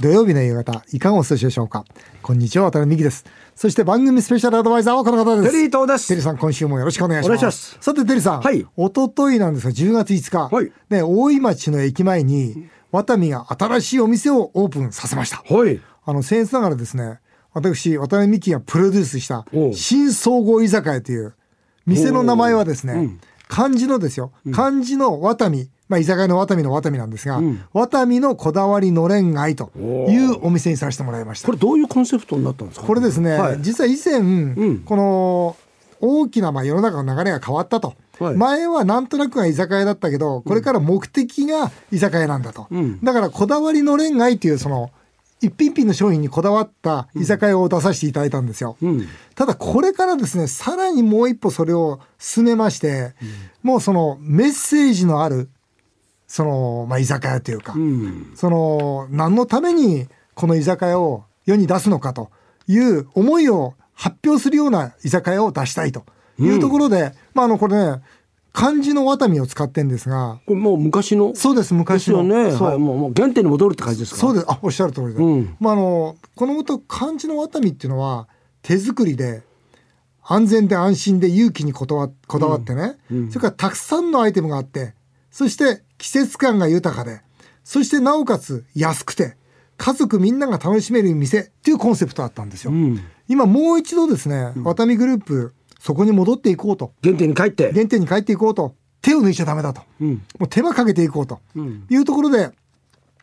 土曜日の夕方、いかがお過ごしでしょうかこんにちは、渡辺美希です。そして番組スペシャルアドバイザーはこの方です。テリー東ですテリーさん、今週もよろしくお願いします。お願いしますさて、テリーさん。はいおとといなんですが、10月5日。はいね、大井町の駅前に、ワタミが新しいお店をオープンさせました。はい。あの、僭越ながらですね、私、渡辺美希がプロデュースしたお、う新総合居酒屋という、店の名前はですね、おううん漢字のですよ、漢字のワタミ、まあ、居酒屋のワタミのワタミなんですが、うんワタミのこだわりのれんがいというお店にさせてもらいました。ここれれどういうコンセプトになったんですか。ですね、はい。実は以前、んこの、大きなまあ世の中の流れが変わったと、はい前はなんとなくが居酒屋だったけどこれから目的が居酒屋なんだと、うんだからこだわりのれんがいというその一品一品の商品にこだわった居酒屋を出させていただいたんですよ、うん。ただこれからですねさらにもう一歩それを進めまして、もうそのメッセージのあるその、まあ、居酒屋というか、うん。その何のためにこの居酒屋を世に出すのかという思いを発表するような居酒屋を出したいというところで、まああのこれね漢字のワタミを使ってんですがこれもう昔の。そうですです昔よのね。そう,、はい。もう、もう原点に戻るって感じですか。そうでですあおっしゃる通りで、うんまああのこのこと漢字のワタミっていうのは手作りで安全で安心で勇気にこだわこだわってね、それからたくさんのアイテムがあってそして季節感が豊かでそしてなおかつ安くて家族みんなが楽しめる店っていうコンセプトだったんですよ、うん。今もう一度ですね、ワタミグループそこに戻っていこうと原点に帰って。原点に帰っていこうと手を抜いちゃダメだとうん。もう手間かけていこうとうん。いうところで、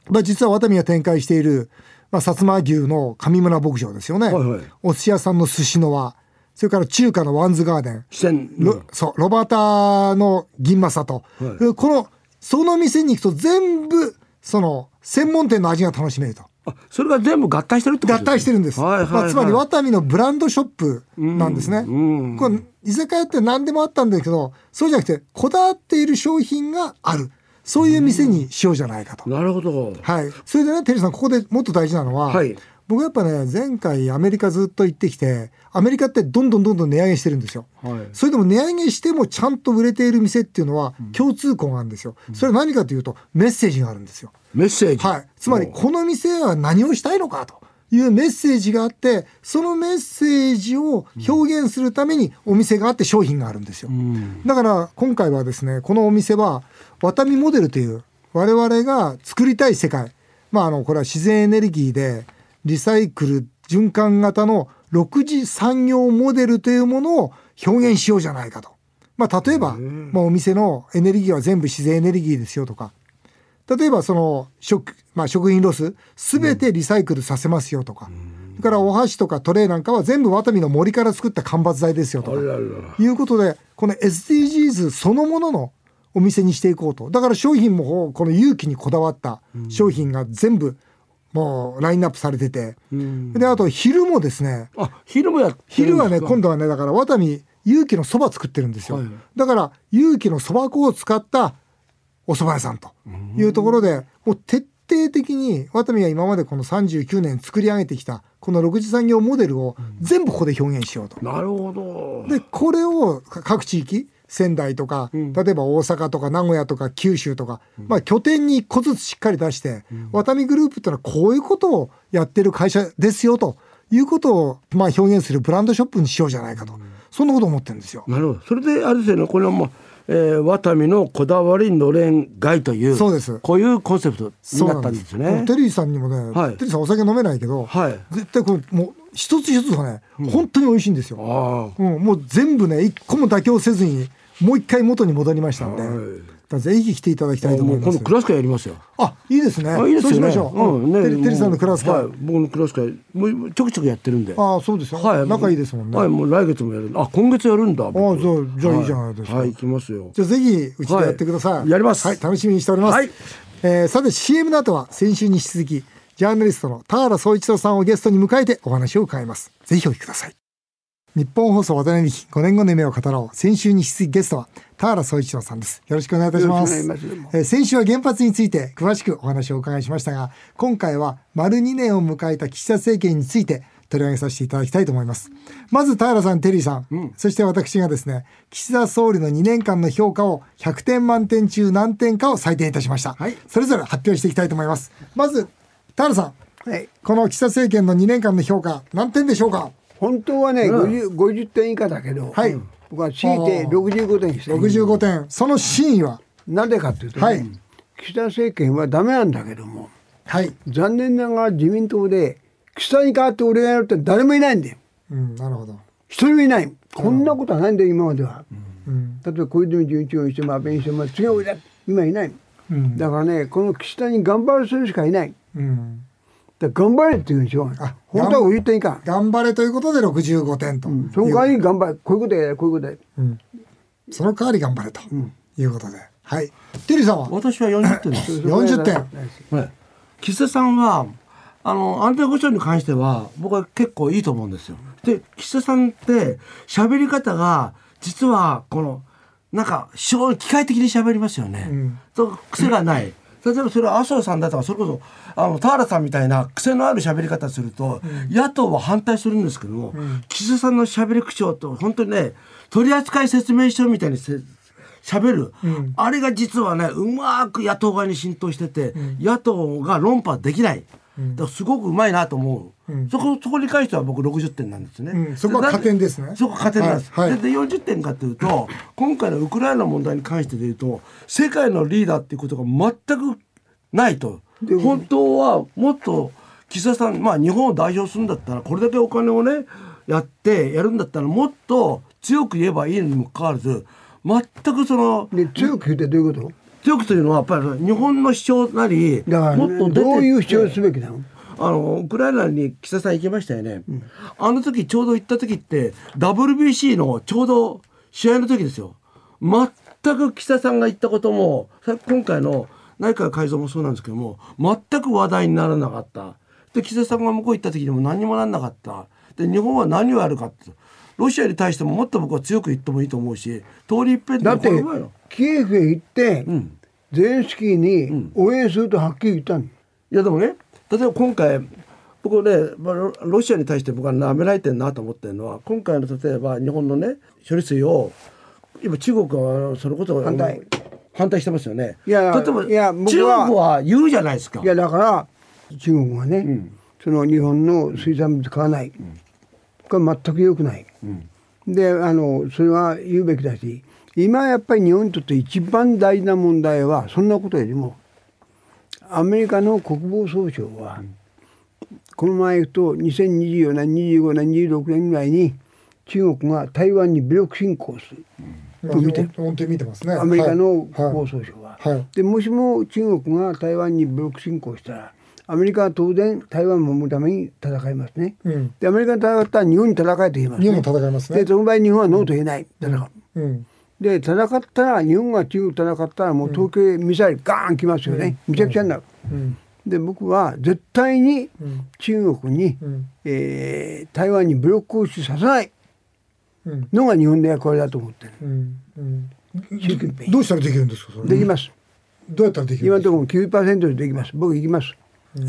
まあ、実はワタミが展開している、まあ、薩摩牛の上村牧場ですよね、はいはいお寿司屋さんの寿司の輪それから中華のワンズガーデン視線。ロそうロバータの銀政と、はこのその店に行くと全部その専門店の味が楽しめるとあ、それが全部合体してるってこと合体してるんです、はいはいはいまあ、つまりワタミのブランドショップなんですね、うんうんこれ居酒屋って何でもあったんだけどそうじゃなくてこだわっている商品があるそういう店にしようじゃないかと、なるほど。はい、それでねテリーさんここでもっと大事なのは、はい僕やっぱね前回アメリカずっと行ってきてアメリカってどんどんどんどん値上げしてるんですよ。はいそれでも値上げしてもちゃんと売れている店っていうのは共通項があるんですよ。それは何かというとメッセージがあるんですよ。メッセージ。はい、つまりこの店は何をしたいのかというメッセージがあってそのメッセージを表現するためにお店があって商品があるんですよ。うん。だから今回はですねこのお店はワタミモデルという我々が作りたい世界まああのこれは自然エネルギーでリサイクル循環型の6次産業モデルというものを表現しようじゃないかと。まあ、例えば、まあ、お店のエネルギーは全部自然エネルギーですよとか例えばその食,、まあ、食品ロス全てリサイクルさせますよとか、それからお箸とかトレイなんかは全部ワタミの森から作った間伐材ですよとあからら。いうことでこの SDGs そのもののお店にしていこうとだから商品もこの勇気にこだわった商品が全部もうラインナップされてて、うん。であと昼もですねあ、昼もやってる昼んですか。はね今度はねだからワタミ勇気のそば作ってるんですよ、はいだから勇気のそば粉を使ったお蕎麦屋さんというところでもう徹底的にワタミが今までこの39年作り上げてきたこの6次産業モデルを全部ここで表現しようと。なるほど。でこれをか各地域仙台とか、例えば大阪とか名古屋とか九州とか、まあ、拠点に一個ずつしっかり出して、ワタミグループってのはこういうことをやってる会社ですよということを、まあ、表現するブランドショップにしようじゃないかと、そんなこと思ってるんですよ。なるほど。それであれですよね。これはもう、えー、ワタミのこだわりのれん街という。そうですこういうコンセプトにそうなったんですこのね。テリーさんにもね、はいテリーさんお酒飲めないけど、はい絶対これもう一つ一つがね、本当に美味しいんですよ。ああ。うん、もう全部ね一個も妥協せずにもう一回元に戻りましたんで、はいだからぜひ来ていただきたいと思いもうま今す度。クラス会やりますよ。あ、いいですね。あいいですそよね。うしましょう。うんテリテリさんのクラス会。はい、僕のクラス会もうちょくちょくやってるんで。あ、そうですよ。はい、仲いいですもんね。はい、もう来月もやる。あ、今月やるんだ。あじゃあじゃあいいじゃないですかはい、行きますよ。じゃあぜひうちでやってください。はいやりますはい、楽しみにしております。はいえーさて CM の後は先週に引き続きジャーナリストの田原総一郎さんをゲストに迎えてお話を伺います。ぜひお聞きください。日本放送渡辺美希5年後の夢を語ろう先週に引き続きゲストは田原総一郎さんですよろしくお願いいたしますよろしくお願いしまえー先週は原発について詳しくお話をお伺いしましたが今回は丸2年を迎えた岸田政権について取り上げさせていただきたいと思いますまず田原さんテリーさん、そして私がですね岸田総理の2年間の評価を100点満点中何点かを採点いたしました、はいそれぞれ発表していきたいと思いますまず田原さんはい、この岸田政権の2年間の評価何点でしょうか本当はね、うん 50, 50点以下だけど、はい僕は強いて65点にしたい65点その真意はなぜかっていうとね、はい岸田政権はダメなんだけどもはい、残念ながら自民党で岸田に代わって俺がやるって誰もいないんだようん、なるほど、一人もいないこんなことはないんだよ今までは、うん例えば小泉純一郎にしても安倍にしても次は俺だ今いないうんだからねこの岸田に頑張る人しかいないうん、だから頑張れって言うんでしょあ本当は50点以下頑張れということで65点と、うんその代わりに頑張れこういうことやれこういうことやれうんその代わり頑張れということで、はいテリーさんは私は40点です。 40点はい岸田さんはあの安全保障に関しては僕は結構いいと思うんですよ。で岸田さんって喋り方が実はこのなんか非常に機械的に喋りますよね。うんと癖がない。例えばそれは麻生さんだとかそれこそあの田原さんみたいな癖のある喋り方すると、野党は反対するんですけども、岸田さんの喋り口調と本当にね取扱説明書みたいにせ喋る、うんあれが実はねうまく野党側に浸透してて、野党が論破できない、だからすごくうまいなと思う、うんそこそこに関しては僕60点なんですね、うんそこはでなん加点ですねそこは加点なんです、はいはいでで40点かというと今回のウクライナ問題に関してでいうと世界のリーダーっていうことが全くないと本当はもっと岸田さん、まあ、日本を代表するんだったらこれだけお金をねやってやるんだったらもっと強く言えばいいのにもかかわらず全くそので強く言ってどういうこと強くというのはやっぱり日本の主張なりだから、もっと出てってどういう主張をすべきなのあのウクライナに岸田さん行きましたよね、あの時ちょうど行った時って WBC のちょうど試合の時ですよ全く岸田さんが言ったこともさ今回の内閣改造もそうなんですけども全く話題にならなかったで岸田さんが向こう行った時にも何にもならなかったで日本は何をやるかってロシアに対してももっと僕は強く言ってもいいと思うし通り一遍だってこれぐらいのキエフへ行って、んゼレンスキーに応援するとはっきり言ったの、いやでもね例えば今回僕ね、まあ、ロロシアに対して僕はなめられてるなと思ってるのは今回の例えば日本のね処理水を今中国はあのそのことを反対反対してますよね。いや例えばいや僕は中国は言うじゃないですか。いやだから中国はね、その日本の水産物買わない、これ全く良くない、であのそれは言うべきだし今やっぱり日本にとって一番大事な問題はそんなことよりもアメリカの国防総省は、この前行くと2024年25年26年ぐらいに中国が台湾に武力侵攻する、見て本当に見てますねアメリカの国はい防総省は。はいはいでもしも中国が台湾に武力侵攻したらアメリカは当然台湾を守るために戦いますね。うんでアメリカに戦ったら日本に戦えと言います、ね。日本も戦いますねでその場合日本はノーと言えない。戦ううんで戦ったら日本が中国と戦ったらもう東京へミサイルガーン来ますよね。むちゃくちゃになる。うんで僕は絶対にうん中国に、うんえー台湾に武力行使させないうんのが日本の役割だと思ってる。うんうん習近平どうしたらできるんですかそれできます。どうやったらできる今んのですとかころ9%でできます僕行きます、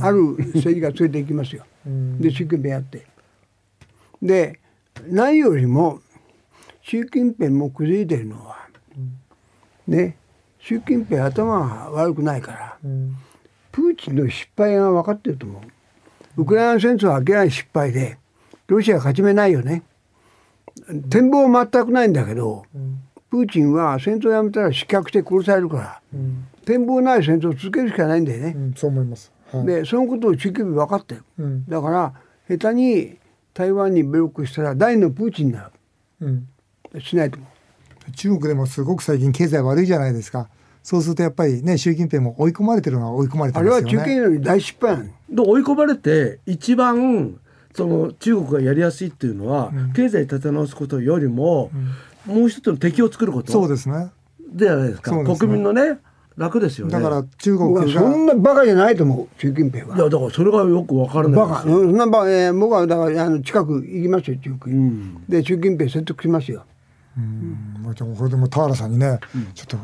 ある政治が連れて行きますよ、うんで習近平やってで何よりも習近平も崩れてるのは、ね習近平頭が悪くないからうんプーチンの失敗が分かってると思うウクライナ戦争は明らかに失敗でロシアは勝ち目ないよね展望は全くないんだけどうんプーチンは戦争やめたら失脚して殺されるからうん展望ない戦争を続けるしかないんだよね、うんそう思いますはいでそのことを習近平分かってるうんだから下手に台湾に武力したら第二のプーチンになうんるしないと思中国でもすごく最近経済悪いじゃないですかそうするとやっぱりね習近平も追い込まれてるのは追い込まれうてあますれよねは中堅より大失敗なので追い込まれて一番その中国がやりやすいっていうのは、経済立て直すことよりも、もう一つの敵を作ることそうですねじゃないですかそうですね国民のね楽ですよねだから中国僕がはそんなバカじゃないと思う習近平いはやだからそれがよくわからないバカうんそんなバカ、えー僕はだからあの近く行きますよ中国、んで習近平説得しますようんもうちょっとこれでも田原さんにね、ちょっと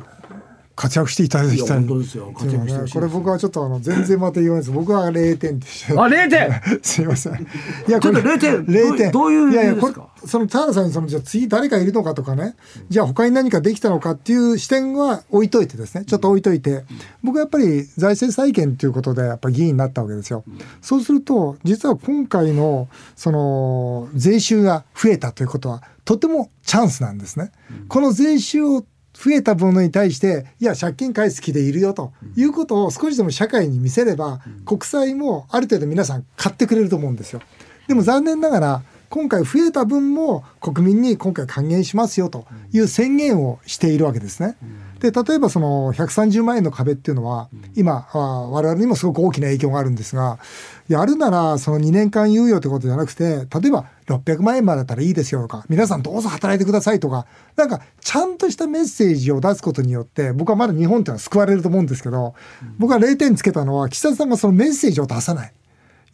活躍していただいきやたい本当ですよ。活でも躍してねほしいこれ僕はちょっとあの全然また言わないです僕は0点でした あ0点。すいません。いやちょっとこれ0点0点。どういういやいや理由でこすかれその田原さんにそのじゃあ次誰かいるのかとかね、じゃあ他に何かできたのかっていう視点は置いといてですねちょっと置いといて、僕はやっぱり財政再建ということでやっぱ議員になったわけですよ、そうすると実は今回のその税収が増えたということはとてもチャンスなんですね、この税収を増えたものに対していや借金返す気でいるよということを少しでも社会に見せれば、国債もある程度皆さん買ってくれると思うんですよ。でも残念ながら今回増えた分も国民に今回還元しますよという宣言をしているわけですね。で例えばその130万円の壁っていうのは今あ我々にもすごく大きな影響があるんですがやるならその2年間猶予ということじゃなくて例えば600万円までだったらいいですよとか皆さんどうぞ働いてくださいとかなんかちゃんとしたメッセージを出すことによって僕はまだ日本っていうのは救われると思うんですけど僕は0点つけたのは岸田さんがそのメッセージを出さない。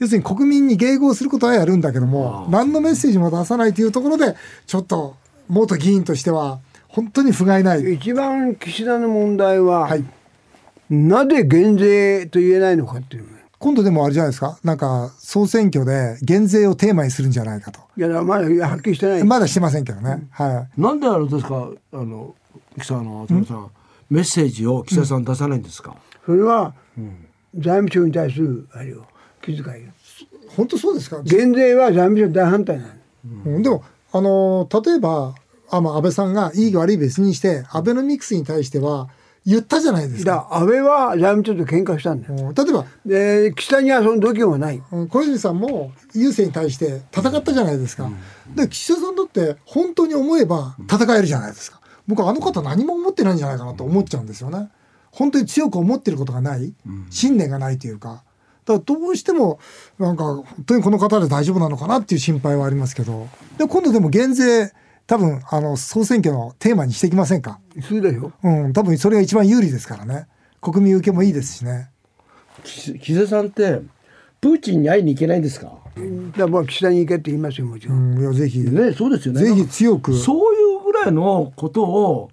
要するに国民に迎合することはやるんだけども何のメッセージも出さないというところでちょっと元議員としては本当に不甲斐ない一番岸田の問題は、はいなぜ減税と言えないのかっていうのね今度でもあれじゃないですかなんか総選挙で減税をテーマにするんじゃないかといやだからまだいやはっきりしてない、まだしてませんけどね、はいなんであれですか、あの、岸さん、あの、渡辺さん、メッセージを岸田さん出さないんですか。それは、財務省に対するあれよ気遣いよ本当そうですか減税は財務省大反対なのうんでも、あのー例えばあ、まあ、安倍さんがいい悪い別にしてアベノミクスに対しては言ったじゃないですだか、から安倍は財務省と喧嘩したんだようん例えばで岸田にはその度胸はないうん小泉さんも郵政に対して戦ったじゃないですか、で岸田さんだって本当に思えば戦えるじゃないですか僕はあの方何も思ってないんじゃないかなと思っちゃうんですよね本当に強く思ってることがない信念がないというかだからどうしてもなんか本当にこの方で大丈夫なのかなっていう心配はありますけどで今度でも減税多分あの総選挙のテーマにしていきませんかするでしょうん多分それが一番有利ですからね国民受けもいいですしね岸田さんって、プーチンに会いに行けないんですか。だからまあ岸田に行けって言いますよもちろ、うんんいやぜひぜね、そうですよね。ひ強くそういうぐらいのことを、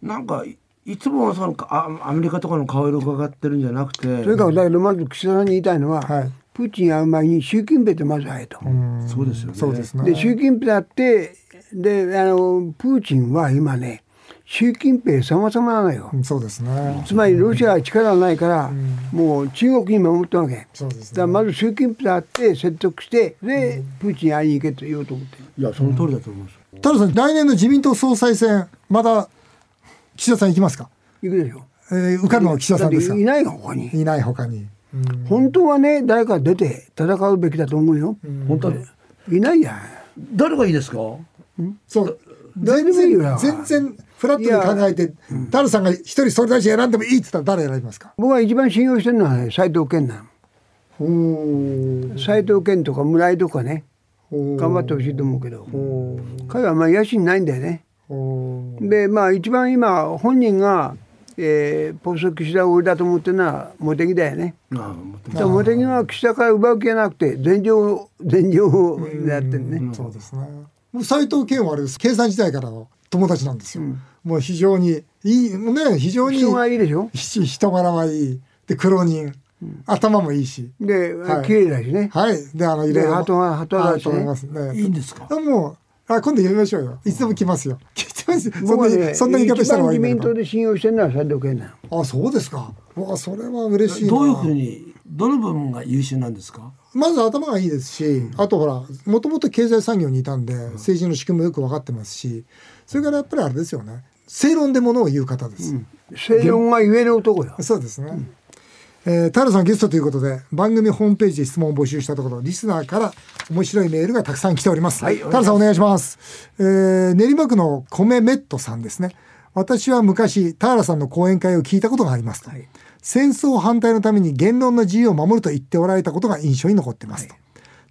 なんか、いいつもはそのあアメリカとかの顔色伺ってるんじゃなくて。とにかくだけどまず岸田さんに言いたいのは、はいプーチンに会う前に習近平とまず会えと、うんそうですよね。そうですね。で習近平だってであのプーチンは今ね習近平様々なのよ、うんそうですね。つまりロシアは力がないから、もう中国に守ったわけ、そうですだからね。まず習近平と会って説得してで、プーチンに会いに行けと言おうと思ってるいや、その通りだと思うんですよ。太郎さん、来年の自民党総裁選、まだ岸田さん行きますか。行くでしょえー、受かるのは岸田さんですかだってい。ないよ他にいない他に。うん本当はね誰か出て戦うべきだと思うよ、本当は、いないや誰がいいですか。そう。誰全でもいい然よ全然フラットに考えて、太郎さんが一人それだし選んでもいいって言ったら誰選びますか。僕は一番信用してるのはね斎、藤健なおおの。斎藤健とか村井とかね頑張ってる。ほしいと思うけどお彼はあんまり野心ないんだよねお。でまあ一番今本人が、えー、ポスト岸田を俺だと思ってるのは茂木だよねああ、持ってだから茂木は岸田から奪う気がなくて全情全情をやってるね、そうですね。もう斉藤健はあれです。経産時代からの友達なんですよ。もう非常にいいね非常に人がいいでしょひ人柄はいいで苦労人、頭もいいしで、はい綺麗だしね、はいであのいろいろハートがハートがあるしねいますねいいんですか。あもうあ今度呼びましょうよいつでも来 ますよ来てますよそん僕なはに、ねそんな言い方したら悪い一ん番自民だけ党で信用してるのは佐藤健なのどあそうですかわあそれは嬉しいなどういうふうに、どの部分が優秀なんですか。まず頭がいいですしあとほらもともと経済産業にいたんで政治の仕組みもよく分かってますしそれからやっぱりあれですよね正論でものを言う方です、正論が言える男よそうですね。えー、タラさんゲストということで番組ホームページで質問を募集したところリスナーから面白いメールがたくさん来ております、はいタラさんお願いします、えー練馬区の米メットさんですね私は昔タラさんの講演会を聞いたことがありますと、戦争反対のために言論の自由を守ると言っておられたことが印象に残ってますと、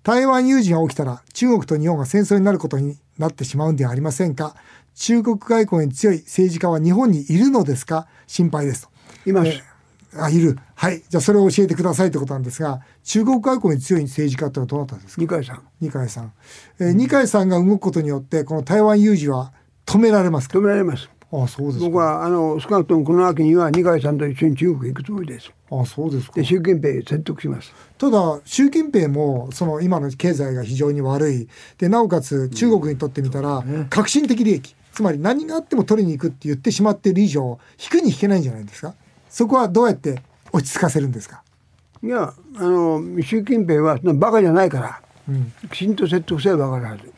台湾有事が起きたら中国と日本が戦争になることになってしまうんではありませんか中国外交に強い政治家は日本にいるのですか心配ですといます、あ、いる。はい。じゃあそれを教えてくださいってことなんですが、中国外交に強い政治家ってのはどなたですか二階さん二階さん。えー二階さんが動くことによって、この台湾有事は止められますか止められますあそうですか僕はあの少なくともこの秋には二階さんと一緒に中国へ行くつもりです。あそうですかで習近平説得します。ただ習近平もその今の経済が非常に悪いでなおかつ中国にとってみたら革新的利益、つまり何があっても取りに行くって言ってしまっている以上引くに引けないんじゃないですかそこはどうやって落ち着かせるんですか、いやあの習近平はそんなバカじゃないからうん、きちんと説得すれば分かるはず。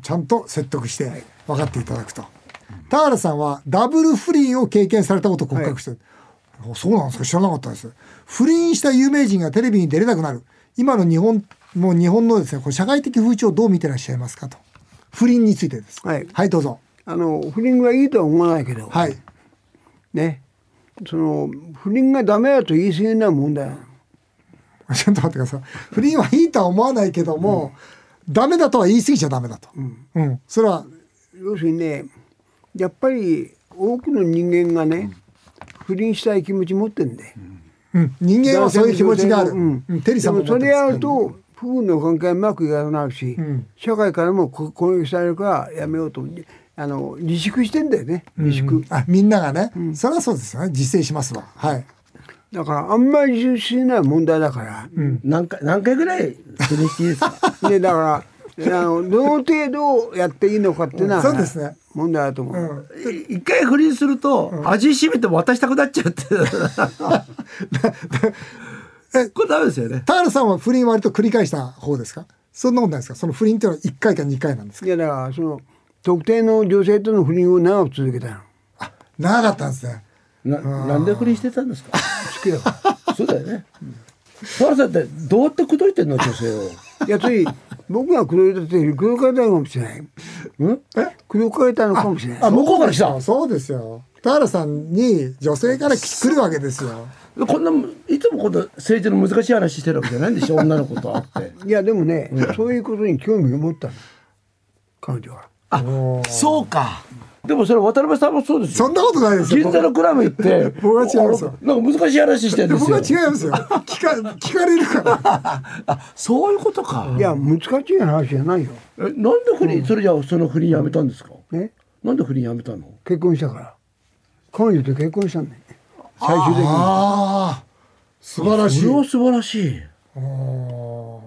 ちゃんと説得して分かっていただくと田原さんはダブル不倫を経験されたことを告白してる、あそうなんですか知らなかったです不倫した有名人がテレビに出れなくなる今の日本もう日本のですねこれ社会的風潮をどう見てらっしゃいますかと不倫についてですはいはいどうぞあの不倫はいいとは思わないけど、はいねその不倫がダメだと言い過ぎな問題なのちょっと待ってください不倫はいいとは思わないけども、ダメだとは言い過ぎちゃダメだとうん、それは要するにねやっぱり多くの人間がね、不倫したい気持ち持ってんで、うん、人間はそういう気持ちがある、男性も女性もうんテリーさんもでもそれやる思ってと夫婦の関係はうまくいかなくなるし、ん社会からもこ攻撃されるからやめようとあの自粛してんだよね自ます粛、うんあみんながね、それはそうですよね自制しますわはい だからあんまり自粛しないのは問題だから、何回何回ぐらい不倫していいですかでだからあのどの程度やっていいのかっていうのは、そうですね問題だと思う、うん い一回不倫すると味しめて渡したくなっちゃうって これダメですよね田原さんは不倫割と繰り返した方ですかそんなことないですかその不倫っていうのは1回か2回なんですかいやだからその特定の女性との不倫を長く続けたのあ長かったんですねななんで不倫してたんです か好きだかそうだよね田原さんってどうやって口説いてんの女性をらいやつい僕が口説いたっていう口説かれたのかもしれない うん口説かれたのかもしれないあ向こうから来たあそうですよ田原さんに女性から来るわけですよこんないつもこんな政治の難しい話してるわけじゃないんでしょ女の子と会っていやでもね、そういうことに興味を持ったの彼女はあそうかでもそれ渡辺さんもそうですそよんなことないですよ銀座のクラブ行って僕は違いますよあなんか難しい話してるんで僕はす違いよますよ聞か聞かれるからあそういうことかいや難しい話じゃないよ、えなんで不倫それじゃあその不倫やめたんですかね、なんで不倫やめたの結婚したから彼女と結婚したんだよね最終的にああ素晴らしそいれは素晴らしい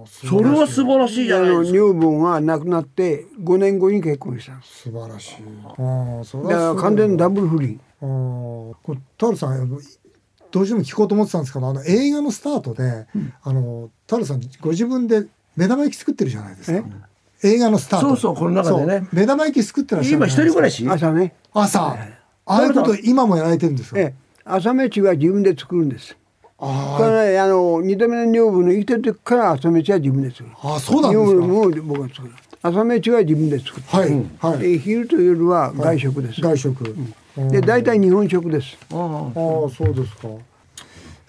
それは素晴らしいじゃあないのですか女房が亡くなって5年後に結婚したの素晴らしいああそれだからは完全にダブル不倫あーこれタルさんあのどうしても聞こうと思ってたんですけどあの映画のスタートで、あのタルさんご自分で目玉焼き作ってるじゃないですか映画のスタートそうそうこの中でねそう目玉焼き作ってらっしゃる今一人暮らしし朝ね朝ああいうこと今もやられてるんですよ、ええ朝飯は自分で作るんですあこれねあの二度目の女房の生きてる時から朝飯は自分でする。ああそうなんです女か房も僕が作る。朝飯は自分で作る。はい、はいで昼と夜は外食です。外食、うんで大体日本食です。ああああそうですか。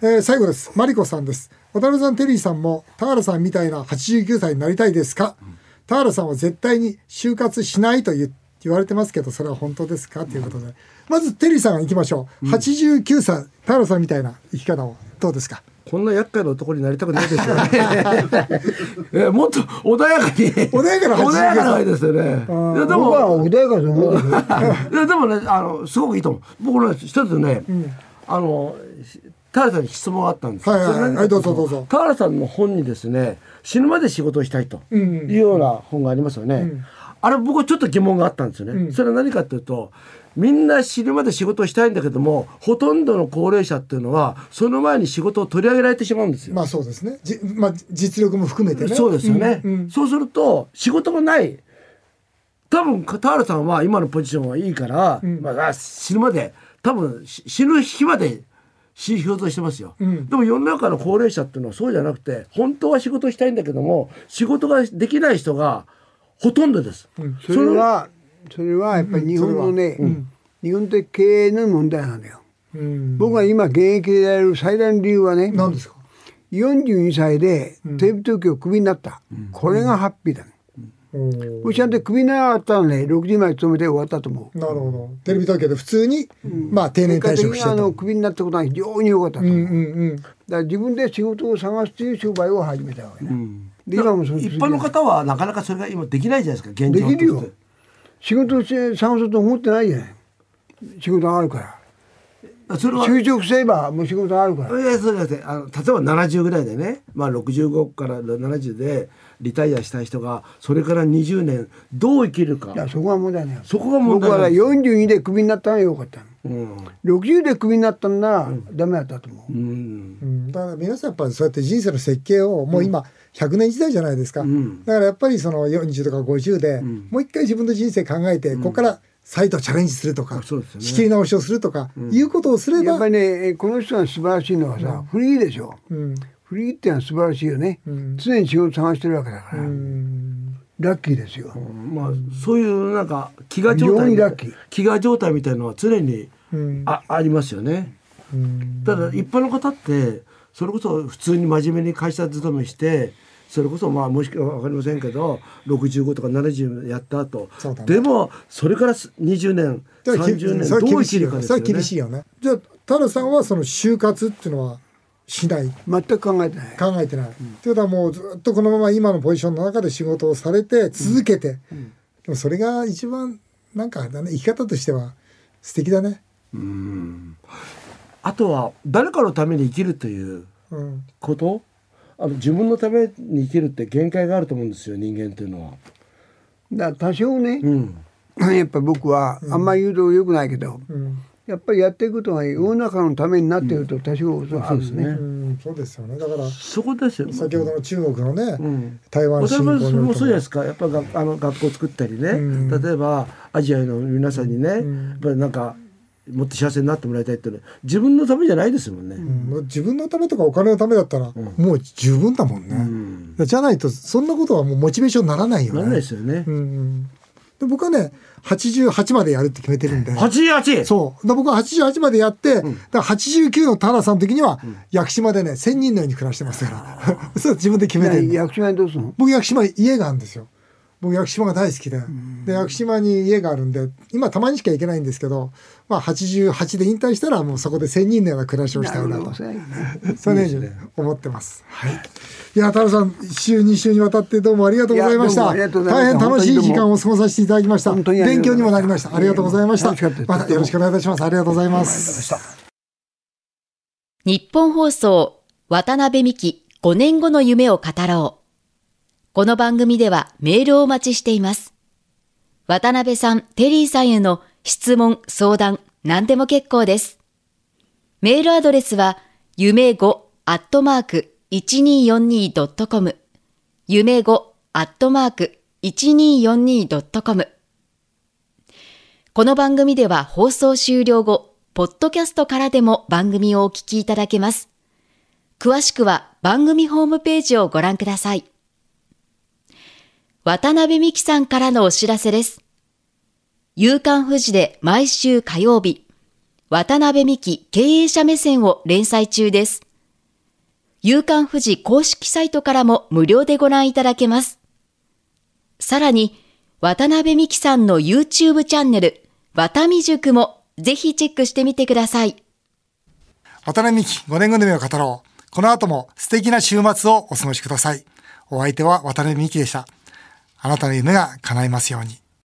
えー最後です。マリコさんです。渡辺さん、テリーさんも田原さんみたいな89歳になりたいですか、田原さんは絶対に就活しないと言言われてますけど、それは本当ですかということで。まず、テリーさん行きましょう。89歳、田原さんみたいな生き方をどうですかこんな厄介な男になりたくないですよね。 えもっと穏やかに。穏やかな80穏やかな方がいいですよね。いやで僕はも、穏やかと思うけど。いやでもね、あの、すごくいいと思う。僕ね、一つね、あの、し田原さんに質問があったんです。はいはいはいそれ何かといとはいどうぞどうぞ田原さんの本にですね、死ぬまで仕事をしたいというような本がありますよね。あれ僕はちょっと疑問があったんですよね。それは何かというと、みんな死ぬまで仕事をしたいんだけども、ほとんどの高齢者っていうのは、その前に仕事を取り上げられてしまうんですよ。まあそうですね。じまあ、実力も含めてね。そうですよね、うんうんそうすると仕事もない多分田原さんは今のポジションはいいから、まあ、あ死ぬまで多分し死ぬ日まで仕事してますよ、んでも世の中の高齢者っていうのはそうじゃなくて本当は仕事したいんだけども仕事ができない人がほとんどです、それはそれはやっぱり日本のね、日本的経営の問題なんだよ。うん。僕は今現役でやれる最大の理由はね、何ですか42歳でテレビ東京をクビになった。これがハッピーだ、ね。おーうちゃんとクビにならなかったらね6時まで勤めて終わったと思う。なるほど。テレビ東京で普通に、まあ定年結果退的職にしてあとのクビになったことは非常に良かったとう思う、んだうかんうん。ら自分で仕事を探すという商売を始めたわけね、で今もその一般の方はなかなかそれが今できないじゃないですか現状でとしきてるよ仕事をして探そうと思ってないじゃない仕事があるからあそれは就職すればもう仕事があるからいやそうですねあの例えば70ぐらいでね、まあ、65から70でリタイアしたい人がそれから20年どう生きるかいやそこが問題ないそこが問題僕なはんです42でクビになったのが良かったのうん60でクビになったんならダメだったと思う、うんうん、だから皆さんやっぱりそうやって人生の設計をもう今100年時代じゃないですか、んだからやっぱりその40とか50でもう一回自分の人生考えて、ここから再度チャレンジするとか、あそうですよね仕切り直しをするとか、いうことをすれやっばぱ、りねこの人が素晴らしいのはさ、フリーでしょうんフリーってのは素晴らしいよね、うん常に仕事探してるわけだから、うんラッキーですよ、まあそういうなんか飢餓状非常態にラッキー飢餓状態みたいなのは常にうんあありますよね。うんただ一般の方ってそれこそ普通に真面目に会社勤めしてそれこそまあもしくは分かりませんけど65とか70やった後そうだねでもそれからす20年だからき30年そどれうは厳生しきいるよかねですそよれはね厳しいよねじゃあタラさんはその就活っていうのはしない全く考えてない考えてない、ってことはもうずっとこのまま今のポジションの中で仕事をされて続けて、でもそれが一番なんかあれだね生き方としては素敵だね、あとは誰かのために生きるといううん、ことあの自分のために生きるって限界があると思うんですよ人間というのは。だから多少ね、うん、やっぱ僕はあんまり言うと良くないけど、うんやっぱりやっていくことが世の中のためになっていると多少そうあるんですそうですねね,、うん、そうですよねだからそこですよ先ほどの中国のね、ん台湾私侵攻もそれにおもいてそうじゃもないですかやっぱがあの学校作ったりね、うん例えばアジアの皆さんにね、んやっぱりなんかもっと幸せになってもらいたいっていうのは自分のためじゃないですもんね。うんもう自分のためとかお金のためだったら、もう十分だもんね、うんじゃないとそんなことはもうモチベーションにならないよねならないですよねう。んうん、で僕はね88までやるって決めてるんで八八。そう。だ僕は88までやって、だから89のタラさんの時には、屋久島でね、1000人のように暮らしてますから。 そう自分で決めてるいや役所にどうするの僕、屋久島家があるんですよ。僕、屋久島が大好きで。で、屋久島に家があるんで、今たまにしか行けないんですけど、まあ88で引退したらもうそこで1000人のような暮らしをしたいなと。そうやねそういうふうに思ってます。はい。いや、タラさん、1週、2週にわたってどうもありがとうございましいやた。どうもありがとうございま大した変楽しい時間を過ごさせていただきました。本当にあり勉がと強うにもごなざいりままししたた。ありがとうございました。楽しかったですまたよろしくお願いいたします。ありがとうございます。日本放送渡辺美希5年後の夢を語ろう。この番組ではメールをお待ちしています。渡辺さん、テリーさんへの質問、相談、何でも結構です。メールアドレスは夢5アットマーク 1242.com 夢5アットマーク 1242.com この番組では放送終了後、ポッドキャストからでも番組をお聞きいただけます。詳しくは番組ホームページをご覧ください。渡辺美希さんからのお知らせです。夕刊富士で毎週火曜日、渡辺美希経営者目線を連載中です。夕刊富士公式サイトからも無料でご覧いただけます。さらに、渡辺美希さんの YouTube チャンネル、渡美塾もぜひチェックしてみてください。渡辺美希5年組を語ろう。この後も素敵な週末をお過ごしください。お相手は渡辺美希でした。あなたの夢が叶いますように。